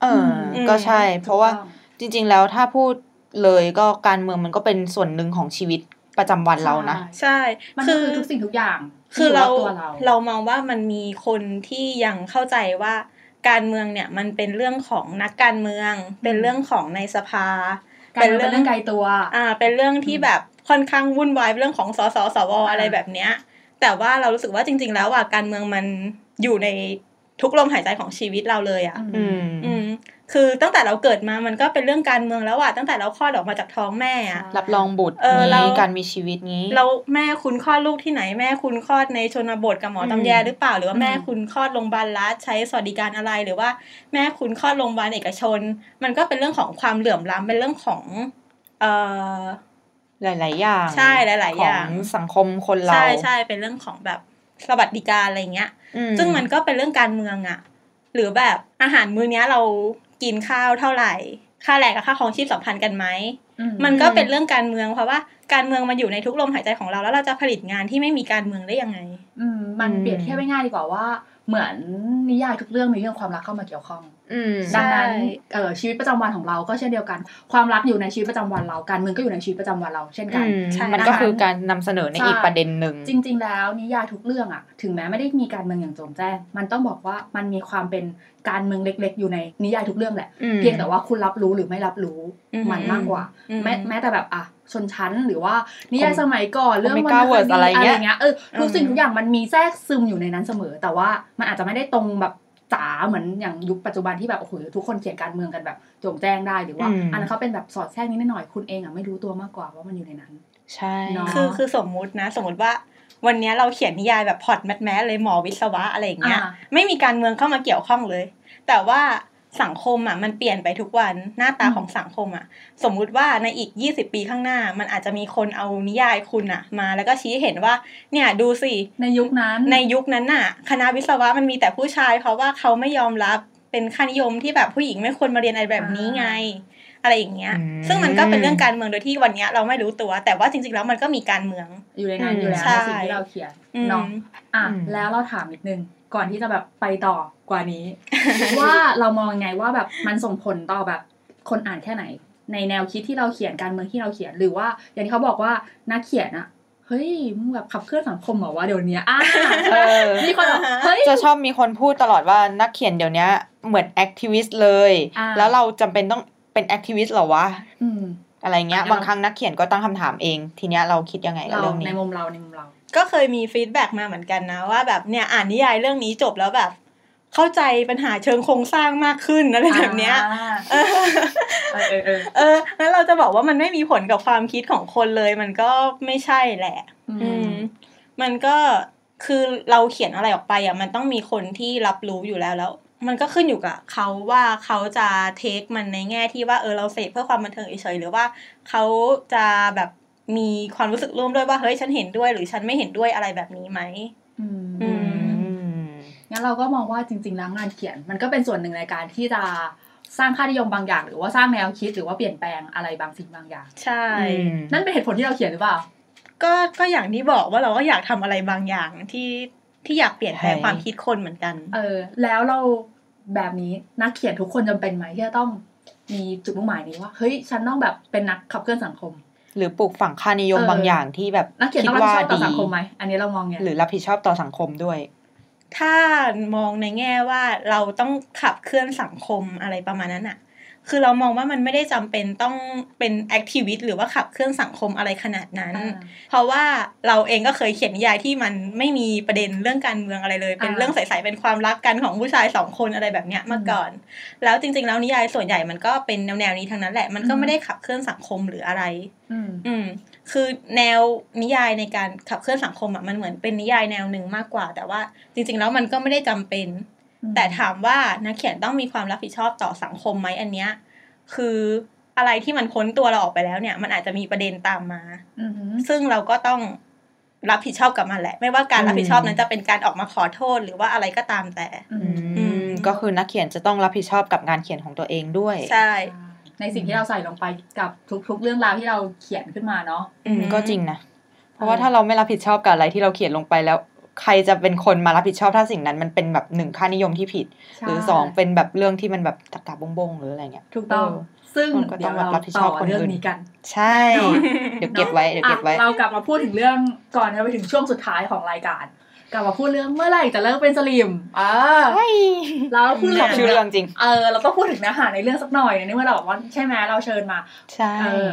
S4: เอออ
S5: ม
S4: ก็ใช่ เพราะว่าจริง ๆ แล้วถ้าพูดเลยก็การเมืองมันก็เป็นส่วนหนึ่งของชีวิตประจำวันเรานะ
S5: ใช่
S3: มันคือทุกสิ่งทุกอย่างที่
S5: คือเรา
S3: ยู่บตัวเรา
S5: เรามองว่ามันมีคนที่ยังเข้าใจว่าการเมืองเนี่ยมันเป็นเรื่องของนักการเมือง เป็นเรื่องของในสภา
S3: การเมืองเป็นเรื่องไกลตัว
S5: อ่าเป็นเรื่องที่แบบค่อนข้างวุ่นวายเรื่องของสสสวอะไรแบบเนี้ยแต่ว่าเรารู้สึกว่าจริง ๆ แล้วอ่ะการเมืองมันอยู่ในทุกลมหายใจของชีวิตเราเลยอ่ะ
S4: อืม
S5: อืมคือตั้งแต่เราเกิดมามันก็เป็นเรื่องการเมืองแล้วอ่ะตั้งแต่เราคลอดออกมาจากท้องแม่อ่ะ
S4: รับรองบุตร
S5: เออเรา
S4: นี้การมีชีวิตนี้
S5: เราแม่คุณคลอดลูกที่ไหนแม่คุณคลอดในชนบทกับหมอตำแย
S4: อืม
S5: หรือเปล่า หรือว่า
S3: อืม
S5: แม่คุณคลอดโรงพยาบาลรัฐใช้สวัสดิการอะไรหรือว่าแม่คุณคลอดโรงพยาบาลเอกชน มันก็เป็นเรื่องของความเหลื่อมล้ำเป็นเรื่องของเอ่อ
S4: หลาย ๆ อย่าง
S5: ใช่หลายๆอย่าง
S4: ขสังคมคนเรา
S5: ใช่ใช่เป็นเรื่องของแบบสวัสดิการอะไรเงี้ย
S4: อื
S5: ซึ่งมันก็เป็นเรื่องการเมืองอะหรือแบบอาหารมื้อเนี้ยเรากินข้าวเท่าไหร่ ค่าแรงกับค่าของชีพสัมพันธ์กันไหม
S3: อื
S5: มันก็เป็นเรื่องการเมืองเพราะว่าการเมืองมันอยู่ในทุกลมหายใจของเราแล้วเราจะผลิตงานที่ไม่มีการเมืองได้ยังไง
S3: อืมมันเปรียบเทียบง่ายๆดีกว่าว่า เหมือนนิยายทุกเรื่องมีเรื่องความรักเข้ามาเกี่ยวข้อง
S4: อืม
S5: ใช่
S3: ดังนั้นเอ่อชีวิตประจำวันของเราก็เช่นเดียวกัน ความรักอยู่ในชีวิตประจำวันเราการเมืองก็อยู่ในชีวิตประจำวันเราเช่นกัน
S4: อืม
S5: ใช่
S4: มันก็คือการนำเสนอใน
S3: ใช่
S4: อีกประเด็นหนึ่ง
S3: จริง ๆ แล้วนิยายทุกเรื่องอะถึงแม้ไม่ได้มีการเมืองอย่างโจงแจ้ง มันต้องบอกว่ามันมีความเป็นการเมืองเล็ก ๆ อยู่ในนิยายทุกเรื่องแหละ
S4: อืม
S3: เพียงแต่ว่าคุณรับรู้หรือไม่รับรู้
S5: อืม
S3: มันมากกว่า
S5: อื
S3: แม้แม้แต่แบบอ่ะชนชั้นหรือว่านิยาย
S4: ผม
S3: สมัยก่อนเรื่องวรรณค
S4: Omega Words
S3: ดี
S4: อะไรเงี้ย
S3: เออทุกสิ่งทุกอย่างมันมีแทรกซึมอยู่ในนั้นเสมอ แต่ว่ามันอาจจะไม่ได้ตรงแบบจ๋าเหมือนอย่างยุคปัจจุบันที่แบบโอ้โหทุกคนเขียนการเมืองกันแบบโจงแจ้งได้หรือว่า
S4: อืม
S3: อันนั้นเขาเป็นแบบสอดแทรกนิดหน่อยคุณเองอ่ะไม่รู้ตัวมากกว่าว่ามันอยู่ในนั้น
S4: ใช่
S3: เนาะ
S5: คือคือสมมุตินะ สมมติว่าวันเนี้ยเราเขียนนิยายแบบพล็อดแมทแมทเลยหมอวิศวะอะไรอย่างเงี้ย
S3: อ่า
S5: ไม่มีการเมืองเข้ามาเกี่ยวข้องเลย แต่ว่าสังคมอ่ะมันเปลี่ยนไปทุกวันหน้าตาของสังคมอ่ะ สมมุติว่าในอีก 20 ปีข้างหน้า มันอาจจะมีคนเอานิยายคุณอ่ะ มาแล้วก็ชี้ให้เห็นว่าเนี่ยดูสิ
S3: ในยุคนั้น
S5: ในยุคนั้นน่ะ คณะวิศวะมันมีแต่ผู้ชาย เพราะว่าเขาไม่ยอมรับเป็นค่านิยมที่แบบผู้หญิงไม่ควรมาเรียนอะไรแบบนี้ไง อะไรอย่างเงี้ย ซึ่งมันก็เป็นเรื่องการเมืองโดยที่วันเนี้ยเราไม่รู้ตัว แต่ว่าจริงๆแล้วมันก็มีการเมือง
S3: อยู่ในนั้นอยู่แล้ว
S5: ใช่
S3: ในสิ่งที่เราเขียน
S5: อืม
S3: เนาะอ่ะแล้วเราถามนิดนึงก่อนที่จะแบบไปต่อกว่านี้ ว่าเรามองยังไงว่าแบบมันส่งผลต่อแบบคนอ่านแค่ไหน ในแนวคิดที่เราเขียนการเมืองที่เราเขียนหรือว่า อย่างที่เขาบอกว่านักเขียนอะเฮ้ยมึงแบบขับเคลื่อนสังคมเหรอวะเดี๋ยวเนี้ยอ่ะ
S4: เออ
S3: มีคนบอกเฮ้ย
S4: จะชอบมีคนพูดตลอดว่านักเขียนเดี๋ยวเนี้ยเหมือนแอคทิวิสต์เลย
S3: อ่า
S4: แล้วเราจำเป็นต้องเป็นแอคทิวิสต์เหรอวะ
S3: อืม
S4: อะไรเงี้ย
S3: อ่า
S4: บางครั้งนักเขียนก็ตั้งคำถามเอง ทีเนี้ยเราคิดยังไงกับ
S3: เรา
S4: เรื่อง
S3: ใน
S4: นี้
S3: มุมเราในมุมเรา
S5: ก็เคยมีฟีดแบ็กมาเหมือนกันนะ ว่าแบบเนี่ยอ่านนิยายเรื่องนี้จบแล้วแบบ เข้าใจปัญหาเชิงโครงสร้างมากขึ้นอะไรแบบเนี้ย
S3: อ่า
S5: เออ
S3: เออเออเออ
S5: เออแล้วเราจะบอกว่ามันไม่มีผลกับความคิดของคนเลย มันก็ไม่ใช่แหละ
S3: อื
S5: อื
S3: ม
S5: มมันก็คือเราเขียนอะไรออกไปอ่ะมันต้องมีคนที่รับรู้อยู่แล้วแล้ว มันก็ขึ้นอยู่กับเขาว่าเขาจะเทคมันในแง่ที่ว่าเออเราเสพเพื่อความบันเทิงเฉยๆหรือว่าเขาจะแบบมีความรู้สึกร่วมด้วยว่าเฮ้ยฉันเห็นด้วย หรือฉันไม่เห็นด้วยอะไรแบบนี้ไหม
S3: อืม
S5: อืม
S4: อืม
S3: งั้นเราก็มองว่าจริงๆแล้วงานเขียน มันก็เป็นส่วนหนึ่งในการที่จะสร้างค่านิยมบางอย่าง หรือว่าสร้างแนวคิดหรือว่าเปลี่ยนแปลงอะไรบางสิ่งบางอย่าง
S5: ใช่
S3: นั่นเป็นเหตุผลที่เราเขียนหรือเปล่า
S5: ก็ก็อย่างที่บอกว่าเราก็อยากทำอะไรบางอย่างที่ที่อยากเปลี่ยนแปลง
S4: ใช่
S5: ความคิดคนเหมือนกัน
S3: เออ แล้วเราแบบนี้นักเขียนทุกคนจำเป็นไหมที่จะต้องมีจุดมุ่งหมายนี้ว่าเฮ้ยฉันต้องแบบเป็นนักขับเคลื่อนสังคม
S4: หรือปลูกฝังค่านิยม
S3: เออ
S4: บางอย่างที่แบบ
S3: นักเขียน
S4: คิ
S3: ต้อ
S4: ดว่า
S3: งรับผิดชอบต่อ
S4: ดี
S3: สังคมไหมอันนี้เรามองไง
S4: หรือรับผิดชอบต่อสังคมด้วย
S5: ถ้ามองในแง่ว่าเราต้องขับเคลื่อนสังคมอะไรประมาณนั้นอะ คือเรามองว่ามันไม่ได้จำเป็นต้องเป็นแอคทิวิตหรือว่าขับเคลื่อนสังคมอะไรขนาดนั้น
S3: อ่า
S5: เพราะว่าเราเองก็เคยเขียนนิยายที่มันไม่มีประเด็นเรื่องการเมืองอะไรเลย เป็น
S3: อ่า
S5: เรื่องใสๆเป็นความรักกันของผู้ชายสองคนอะไรแบบเนี้ยมา
S3: อืม
S5: ก่อน แล้วจริงๆแล้วนิยายส่วนใหญ่มันก็เป็นแนวๆนี้ทั้งนั้นแหละมันก็
S3: อืม
S5: ไม่ได้ขับเคลื่อนสังคมหรืออะไร
S3: อืม
S5: อืมคือแนวนิยายในการขับเคลื่อนสังคมอ่ะมันเหมือนเป็นนิยายแนวหนึ่งมากกว่า แต่ว่าจริง ๆ แล้วมันก็ไม่ได้จำเป็น แต่ถามว่านักเขียนต้องมีความรับผิดชอบต่อสังคมไหมอันเนี้ยคืออะไรที่มันพ้นตัวเราออกไปแล้วเนี่ย มันอาจจะมีประเด็นตามมา
S3: อือหือ
S5: ซึ่งเราก็ต้องรับผิดชอบกับมันแหละ ไม่ว่าการรับผิดชอบ
S4: อืม
S5: นั้นจะเป็นการออกมาขอโทษหรือว่าอะไรก็ตามแต่
S3: อื
S4: อื
S3: ม
S4: ม
S5: ม
S4: ก็คือนักเขียนจะต้องรับผิดชอบกับงานเขียนของตัวเองด้วย
S5: ใช่
S3: ในสิ่งที่เราใส่ลงไปกับทุก ๆ เรื่องราวที่เราเขียนขึ้นมาเนาะ
S5: อืม
S4: ก็จริงนะ เพราะว่าถ้าเราไม่รับผิดชอบกับอะไรที่เราเขียนลงไปแล้ว ใครจะเป็นคนมารับผิดชอบถ้าสิ่งนั้นมันเป็นแบบหนึ่งค่านิยมที่ผิด
S3: ใช่
S4: หรือสองเป็นแบบเรื่องที่มันแบบตะกะบงๆหรืออะไรเงี้ย
S3: ถูกต้อง
S4: เออ
S3: ซึ่ง
S4: มันก็ต้
S3: เดี๋
S4: อย ง
S3: ว
S4: แบบ
S3: เรา
S4: รับผิดช
S3: ต่
S4: อบ
S3: อ
S4: คนอื่น
S3: เรื่องนี้กัน
S4: ใช่ เดี๋ยวเก็บไว้เดี๋ยวเก็บไว้
S3: อ่ะเรากลับมาพูดถึงเรื่องก่อนจะไปถึงช่วงสุดท้ายของรายการ กลับมาพูดเรื่องเมื่อไหร่จะเลิกเป็นสลิมอ่า
S4: เฮ้ย
S3: เราพูด
S4: ช
S3: เรื่
S4: อ
S3: อบ ง
S4: ชื่อเรื่องจริง
S3: เออเราต้องพูดถึงเนื้อหาในเรื่องสักหน่อยในเมื่อเราบอกว่าใช่ไหมเราเชิญมา
S4: ใช่
S3: เออ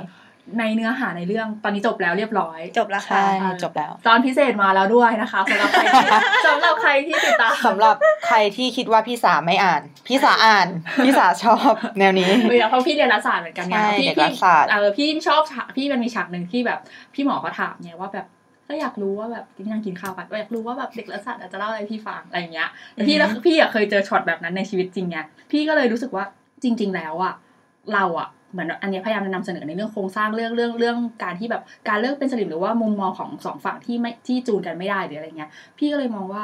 S3: ในเนื้อหาในเรื่องตอนนี้จบแล้วเรียบร้อย
S5: จบแล้วค่ะ
S4: ใช่จบแล้ว
S3: ตอนพิเศษมาแล้วด้วยนะคะสำหรับใคร ที่ สำหรับใครที่ติดตาม
S4: สำหรับใครที่คิดว่าพี่สาไม่อ่าน พี่สาอ่าน พี่สาชอบแนวนี้
S3: เออเพราะพี่เรียนรัฐศาสตร์เหมือนกันไง
S4: ใช่
S3: พี่
S4: เด็ก
S3: พี่
S4: รัฐศาสตร์
S3: เออพี่ชอบฉากพี่มันมีฉากหนึ่งที่แบบพี่หมอก็ถามไงว่าแบบก็อยากรู้ว่าแบบที่นั่งกินข้าวกันก็อยากรู้ว่าแบบเด็กรัฐศาสตร์อาจจะเล่าอะไรให้พี่ฟังอะไรอย่างเงี้ยแต่พี่
S5: อือฮึ
S3: พี่อะเคยเจอช็อตแบบนั้นในชีวิตจริงไงพี่ก็เลยรู้สึกว่าจริง ๆ แล้วอะเราอะเหมือนอันเนี้ยพยายามจะนำเสนอในเรื่องโครงสร้างเรื่องเรื่องเรื่องการที่แบบการเลิกเป็นสลิมหรือว่ามุมมองของสองฝั่งที่ไม่ที่จูนกันไม่ได้หรืออะไรเงี้ย พี่ก็เลยมองว่า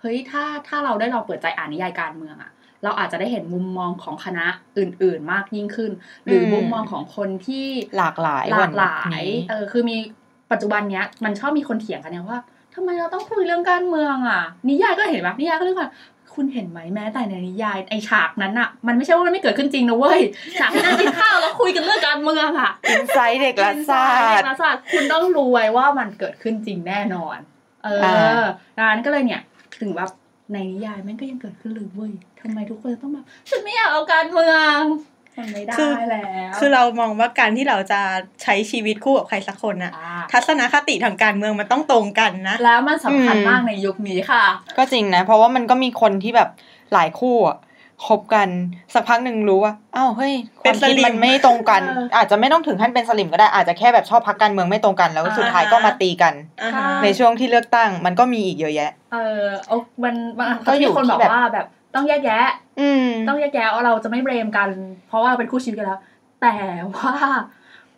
S3: เฮ้ยถ้าถ้าเราได้ลองเปิดใจอ่านนิยายการเมืองอะเราอาจจะได้เห็นมุมมองของคณะอื่น ๆ มากยิ่งขึ้น หรืออ
S4: ม
S3: มุมมองของคนที่
S4: หลากหลาย
S3: หลากหลา
S4: วัน
S3: ย
S4: นี้
S3: เออคือมีปัจจุบันเนี้ย มันชอบมีคนเถียงกันเนี่ยว่าทำไมเราต้องคุยเรื่องการเมืองอะนิยายก็เห็นปะนิยายก็เรื่องการคุณเห็นไหมแม้แต่ในนิยายไอฉากนั้นอะมันไม่ใช่ว่ามันไม่เกิดขึ้นจริงนะเว้ยฉากที่นั่งกินข้าวแล้วคุยกันเรื่องการเมืองอะ
S4: อินไซต์เด็กรัฐศาสตร์
S3: ศาสตร์คุณต้องรู้ไว้ว่ามันเกิดขึ้นจริงแน่นอน เอ
S4: อ่
S3: อา ร้านก็เลยเนี่ย ถึงแบบในนิยายแม่งก็ยังเกิดขึ้นเลยเว้ยทำไมทุกคนจะต้องแบบฉันไม่อยากเอาการเมืองมันไม่ได้
S5: คือ
S3: แล้ว
S5: คือเรามองว่าการที่เราจะใช้ชีวิตคู่กับใครสักคนน่ะ
S3: อ่า
S5: ทัศนคติทางการเมืองมันต้องตรงกันนะ
S3: แล้วมันสำคัญ
S4: อืม
S3: มากในยุคนี้ค่ะ
S4: ก็จริงนะ เพราะว่ามันก็มีคนที่แบบหลายคู่อะคบกันสักพักหนึ่งรู้ว่าอ้าวเฮ้ยค
S5: เป็
S4: วาน ม
S5: สลิ
S4: คิด
S5: ม
S4: มันไม่ตรงกัน
S3: เอออ
S4: อาจจะไม่ต้องถึงขั้นเป็นสลิมก็ได้อาจจะแค่แบบชอบพักการเมืองไม่ตรงกันแล้ว
S3: อ่า
S4: สุดท้ายก็มาตีกัน
S5: อ่าฮะ
S3: ใช่
S4: ในช่วงที่เลือกตั้งมันก็มีอีกเยอะแยะ
S3: เออเอามันมัน
S4: ก็อยู่
S3: มีคน
S4: ที่
S3: บอก
S4: แบบ
S3: ว่าแบบต้องแยกแยะ
S4: อืม
S3: ต้องแยกแยะว่าเราจะไม่เบรมกัน เพราะว่าเป็นคู่ชีวิตกันแล้ว แต่ว่า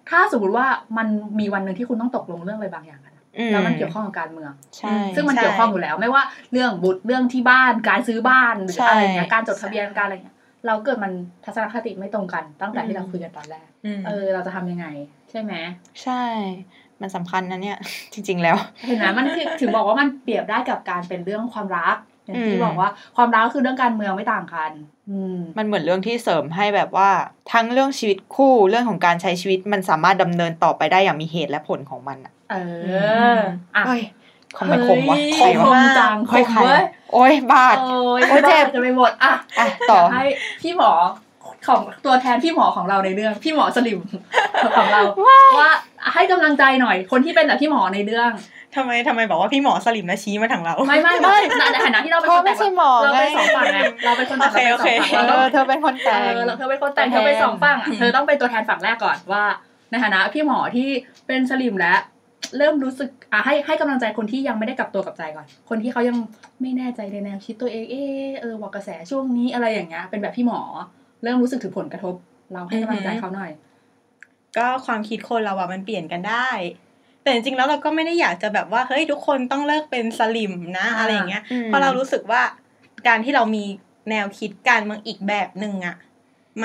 S3: ถ้าสมมติว่ามันมีวันหนึ่งที่คุณต้องตกลงเรื่องอะไรบางอย่างกันอะ
S4: อื
S3: แล้วมันเกี่ยวข้องกับการเมือง
S4: ใช่
S3: ซึ่งมัน
S5: ใช่
S3: เกี่ยวข้องอยู่แล้วไม่ว่าเรื่องบุตรเรื่องที่บ้านการซื้อบ้านหรือ
S4: ใช่
S3: อะไรอย่างเงี้ยการจดทะเบียนการอะไรอย่างเงี้ยเราเกิดมันทัศนคติไม่ตรงกัน ตั้งแต่ที่เราคุยกันตอนแรก
S5: อืม
S3: เออเราจะทำยังไง ใช่ไหม
S4: ใช่ มันสำคัญนะเนี่ย จริง ๆ แล้ว
S3: เห็นไหมมันคือถึงบอกว่ามันเปรียบได้กับการเป็นเรื่องความรักอย่างที่
S4: อืม
S3: บอกว่าความรักก็คือเรื่องการเมืองไม่ต่างกัน อืม
S4: มันเหมือนเรื่องที่เสริมให้แบบว่า ทั้งเรื่องชีวิตคู่เรื่องของการใช้ชีวิตมันสามารถดำเนินต่อไปได้อย่างมีเหตุและผลของมันอะ
S3: เอ
S5: ม
S3: ออ่ะ
S4: เฮ้ยคมมันคมวะ
S3: เฮ้ย
S4: ใคร
S3: คว
S4: ะ
S3: มจังค
S4: เฮ้ย
S3: ม
S4: ใคร
S3: เว้
S4: วะ
S3: ย
S4: โอ้ยบาด
S3: โอ้ย
S4: โอ้ยเจ็บ
S3: จะไปหมดอ่ะ
S4: อ่ะต่อ
S3: ยากให้พี่หมอของตัวแทนพี่หมอของเราในเรื่อง พี่หมอสลิม ของเราว่าให้กำลังใจหน่อย คนที่เป็นแบบพี่หมอในเรื่อง
S5: ทำไมทำไมบอกว่าพี่หมอสลิมนะชี้มาทางเรา
S3: ไม่ไม่
S4: ไม่
S3: ไม่ในฐานะที่เราเป็น
S4: เพราะ
S3: คน
S4: ไม่
S3: แต่ง
S4: ใช่หมอ
S3: เรา
S4: ไง
S3: เป็นสองฝั่งไงเราเป็นคนแต่ง
S5: โอเค
S3: เราเป็นสองฝั่ง
S5: โอ
S4: เอ
S3: เรา
S4: อ
S5: ค
S4: เธอเป็นคนแต่ง
S3: เออเราเธอเป็นคนแต่ง
S4: แทน
S3: เธอเป็นสองฝั่งอ่ะเธอต้องเป็นตัวแทนฝั่งแรกก่อนว่าในฐานะพี่หมอที่เป็นสลิมแล้วเริ่มรู้สึกอ่ะให้ให้กำลังใจคนที่ยังไม่ได้กลับตัวกลับใจก่อน คนที่เขายังไม่แน่ใจในแนวคิดตัวเองเออเออว่ากระแสช่วงนี้อะไรอย่างเงี้ยเป็นแบบพี่หมอ เริ่มรู้สึกถึงผลกระทบ เราให้กำลังใจเขาหน่อย
S5: ก็ความคิดคนเราอะมันเปลี่ยนกันได้ แต่จริงๆแล้วเราก็ไม่ได้อยากจะแบบว่าเฮ้ยทุกคนต้องเลิกเป็นสลิมนะ
S3: อ่า
S5: อะไรอย่างเงี้ย
S4: อืม
S5: เพราะเรารู้สึกว่าการที่เรามีแนวคิดการเมืองอีกแบบหนึ่งอะ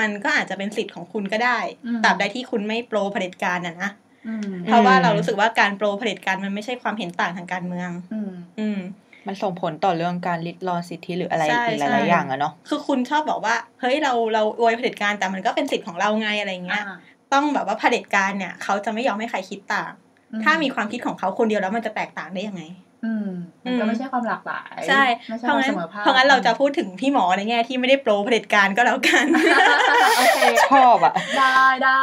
S5: มันก็อาจจะเป็นสิทธิ์ของคุณก็ได้
S3: อืม
S5: ตราบใดที่คุณไม่โปรเผด็จการอะนะ
S3: อืม
S5: เพราะว่าเรารู้สึกว่าการโปรเผด็จการมันไม่ใช่ความเห็นต่างทางการเมือง
S3: อืม
S5: อืม
S4: มันส่งผลต่อเรื่องการลิดรอนสิทธิหรืออะไร
S5: ใช่
S4: อีกห
S5: ใช่
S4: ลายๆอย่างอะเนาะ
S5: คือคุณชอบบอกว่าเฮ้ยเราเราอวยเผด็จการแต่มันก็เป็นสิทธิ์ของเราไงอะไรอย่างเงี้ย ต้องแบบว่าเผด็จการเนี่ย เขาจะไม่ยอมให้ใครคิดต่าง ถ้ามีความคิดของเขาคนเดียวแล้วมันจะแตกต่างได้ยังไง
S3: อืมมันก็
S5: อืม
S3: ไม่ใช่ความหลากหลาย
S5: ใช่
S3: ไม่
S5: เพ
S3: ใช่ค
S5: ราะงั้
S3: วามเส
S5: น
S3: มอภาพ
S5: เพราะงั้นเราจะพูดถึงพี่หมอในแง่ที่ไม่ได้โปรเผด็จการก็แล้วกัน
S3: โอเค
S4: ชอบอ่ะ
S3: ได้ได้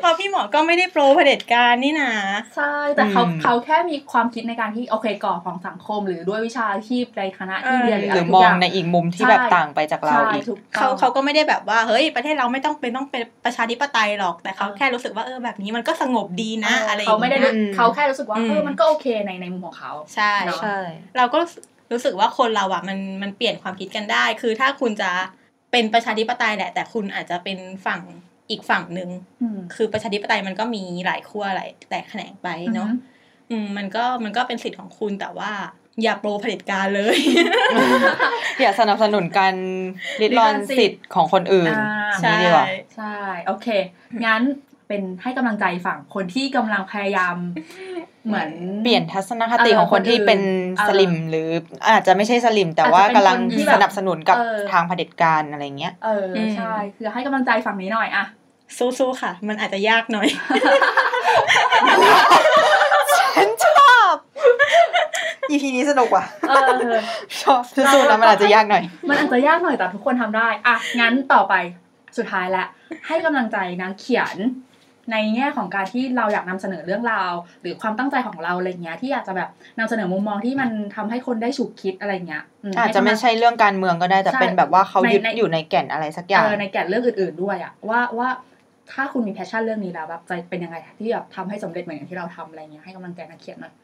S5: เพราะพี่หมอก็ไม่ได้โปรเผด็จการนี่นะ
S3: ใช่ แต่เขา
S4: อืม
S3: เขาแค่มีความคิดในการที่โอเคก่อของสังคมหรือด้วยวิชาชีพในคณะที่
S5: เออ
S3: เรียนหรือ
S4: ห
S3: อะไร
S4: รือม
S3: ทุ
S4: อ
S3: กอง ย่าง
S4: ในอีกมุมที่แบบต่างไปจากเรา
S3: ใช่
S4: อีก
S3: ถูกต้อง
S5: เขาเขาก็ไม่ได้แบบว่าเฮ้ยประเทศเราไม่ต้องเป็นต้องเป็นประชาธิปไตยหรอก แต่เขา
S3: เออ
S5: แค่รู้สึกว่าเออแบบนี้มันก็สงบดีนะ อะไรอย่ง
S3: เขา
S5: งี้ย
S3: ไม่ได้รู้
S4: อืม
S3: เขาแค่รู้สึกว่า
S5: อืม
S3: เออมันก็โอเคในในมุมของเขา
S5: ใช่
S3: เนอะ
S4: ใช่
S5: เราก็รู้สึกว่าคนเราอะมันมันเปลี่ยนความคิดกันได้ คือถ้าคุณจะเป็นประชาธิปไตยแหละ แต่คุณอาจจะเป็นฝั่งอีกฝั่งหนึ่ง
S3: อืม
S5: คือประชาธิปไตยมันก็มีหลายขั้วหลายแตกแขนงไปเนาะอืมมันก็มันก็เป็นสิทธิ์ของคุณแต่ว่า อย่าโปรเผด็จการเลย
S4: อย่าสนับสนุนการริดรอนสิทธิ์ของคนอื่น
S3: อ่า
S4: ใช่ ดีกว่า
S3: ใช่ โอเค งั้นเป็นให้กำลังใจฝั่งคนที่กำลังพยายาม เหมือน
S4: เปลี่ยนทัศนคติ
S3: เออ
S4: ของคนที่เป็น
S3: เออ
S4: สลิมหรืออาจจะไม่ใช่สลิม แต่ว่า
S3: อาจจะ
S4: กำ
S3: เป็น
S4: ลัง
S3: คนที่แบบ
S4: สนับสนุนกับ
S3: เออ
S4: ทางเผด็จการอะไรเงี้ย
S3: เอออ
S5: ม
S3: ใช่ คือให้กำลังใจฝั่งนี้หน่อย อะ
S5: สู้ๆค่ะ มันอาจจะยากหน่อย
S4: ฉันชอบ EP นี้สนุกว่ะ
S3: เออ
S4: ชอบสู้ๆนะมันอาจจะยากหน่อย
S3: มันอาจจะยากหน่อยแต่ทุกคนทำได้อะงั้นต่อไปสุดท้ายและ ให้กำลังใจนักเขียน ในแง่ของการที่เราอยากนำเสนอเรื่องราว หรือความตั้งใจของเราอะไรเงี้ย ที่อยากจะแบบนำเสนอมุมมองที่มันทำให้คนได้ฉุกคิดอะไรเงี้ยม
S4: อาจจะ
S3: ให้
S4: ไม่
S3: กำลัง
S4: ใช่เรื่องการเมืองก็ได้ แต่
S3: ใช่
S4: เป็นแบบว่าเขา
S3: ใน
S4: ยึด
S3: ใน
S4: อยู่ในแก่นอะไรสักอย่าง
S3: เออในแก่นเรื่องอื่นๆด้วยอะว่าว่าถ้าคุณมีแพชชั่นเรื่องนี้แล้วแบบจะเป็นยังไงที่แบบทำให้สำเร็จเหมือนอย่างที่เราทำอะไรเงี้ยให้กำลังใจนักเขียนหน่อย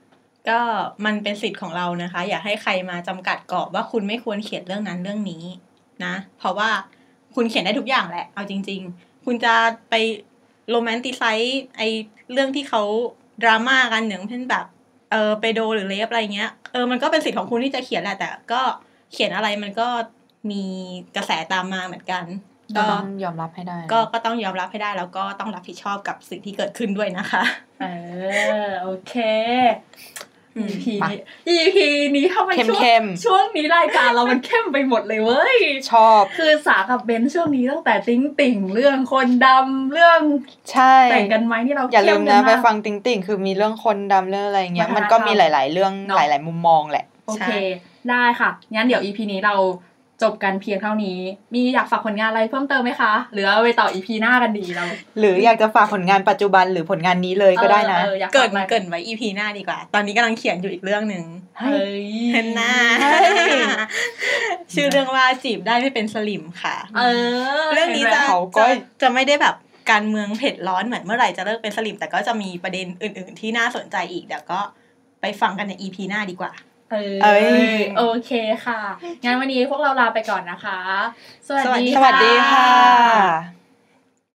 S5: ก็มันเป็นสิทธิ์ของเรานะคะ อย่าให้ใครมาจำกัดกรอบว่าคุณไม่ควรเขียนเรื่องนั้นเรื่องนี้นะ เพราะว่าคุณเขียนได้ทุกอย่างแหละ เอาจริง ๆ คุณจะไปโรแมนติไซส์ไอเรื่องที่เขาดราม่ากันอย่างเช่นแบบเออไปโดหรือเลฟอะไรเงี้ยเออมันก็เป็นสิทธิ์ของคุณที่จะเขียนแหละแต่ก็เขียนอะไรมันก็มีกระแสตามมาเหมือนกัน ก็
S4: ต้องยอมรับให้ได้
S5: ก็ก็ต้องยอมรับให้ได้แล้วก็ต้องรับผิดชอบกับสิ่งที่เกิดขึ้นด้วยนะคะ
S3: เออโอเค
S5: อืม
S3: EP
S4: ไป
S3: นี้ EP นี้ทำไม
S4: เข้ม
S3: ช่วง
S4: เข้ม
S3: ช่วงนี้รายการเรามันเข้มไปหมดเลยเว้ย
S4: ๆชอบ
S3: คือสากับเบนช่วงนี้ตั้งแต่ติ้งติ่งเรื่องคนดำเรื่อง
S4: ใช่
S3: แต่งกันไหมที่เรา
S4: อย่าลืมนะ
S3: เข้กั
S4: ไป
S3: มก
S4: ฟังติ่งติ่งคือมีเรื่องคนดำเรื่องอะไรเงี้ย
S3: วัฒนธรรม
S4: มันก็มีหลาย ๆ เรื่อง
S3: เนอะ
S4: หลาย ๆ มุมมองแหละ
S3: โอเค ได้ค่ะ งั้นเดี๋ยว EP นี้เราจบกันเพียงเท่านี้ มีอยากฝากผลงานอะไรเพิ่มเติมไหมคะ หรือเอาไปต่อ EP หน้ากันดีเรา
S4: หรืออยากจะฝากผลงานปัจจุบันหรือผลงานนี้เลยก็ได้นะ
S3: อออออยาก
S5: เกิ
S3: ฝา
S5: ด
S3: อะไร
S5: เกิดไว้ EP หน้าดีกว่า ตอนนี้กำลังเขียนอยู่อีกเรื่องหนึ่ง
S3: เฮ้ย
S5: เห็นหน้า ชื่อเรื่องว่าจีบได้ไม่เป็นสลิมค่ะ
S3: เออ
S5: เรื่องนี้จะ
S3: ห็ไหม
S4: เขาก็
S5: จะจะไม่ได้แบบการเมืองเผ็ดร้อนเหมือนเมื่อไหร่จะเลิกเป็นสลิม แต่ก็จะมีประเด็นอื่น ๆ ที่น่าสนใจอีกเดี๋ยวก็ไปฟังกันใน EP หน้าดีกว่า
S3: เอ
S4: เอ้
S3: อย โอเคค่ะ งั้นวันนี้พวกเราลาไปก่อนนะคะ สวัสดี
S4: สวัสดี
S3: ค่ะ
S4: ค่ะ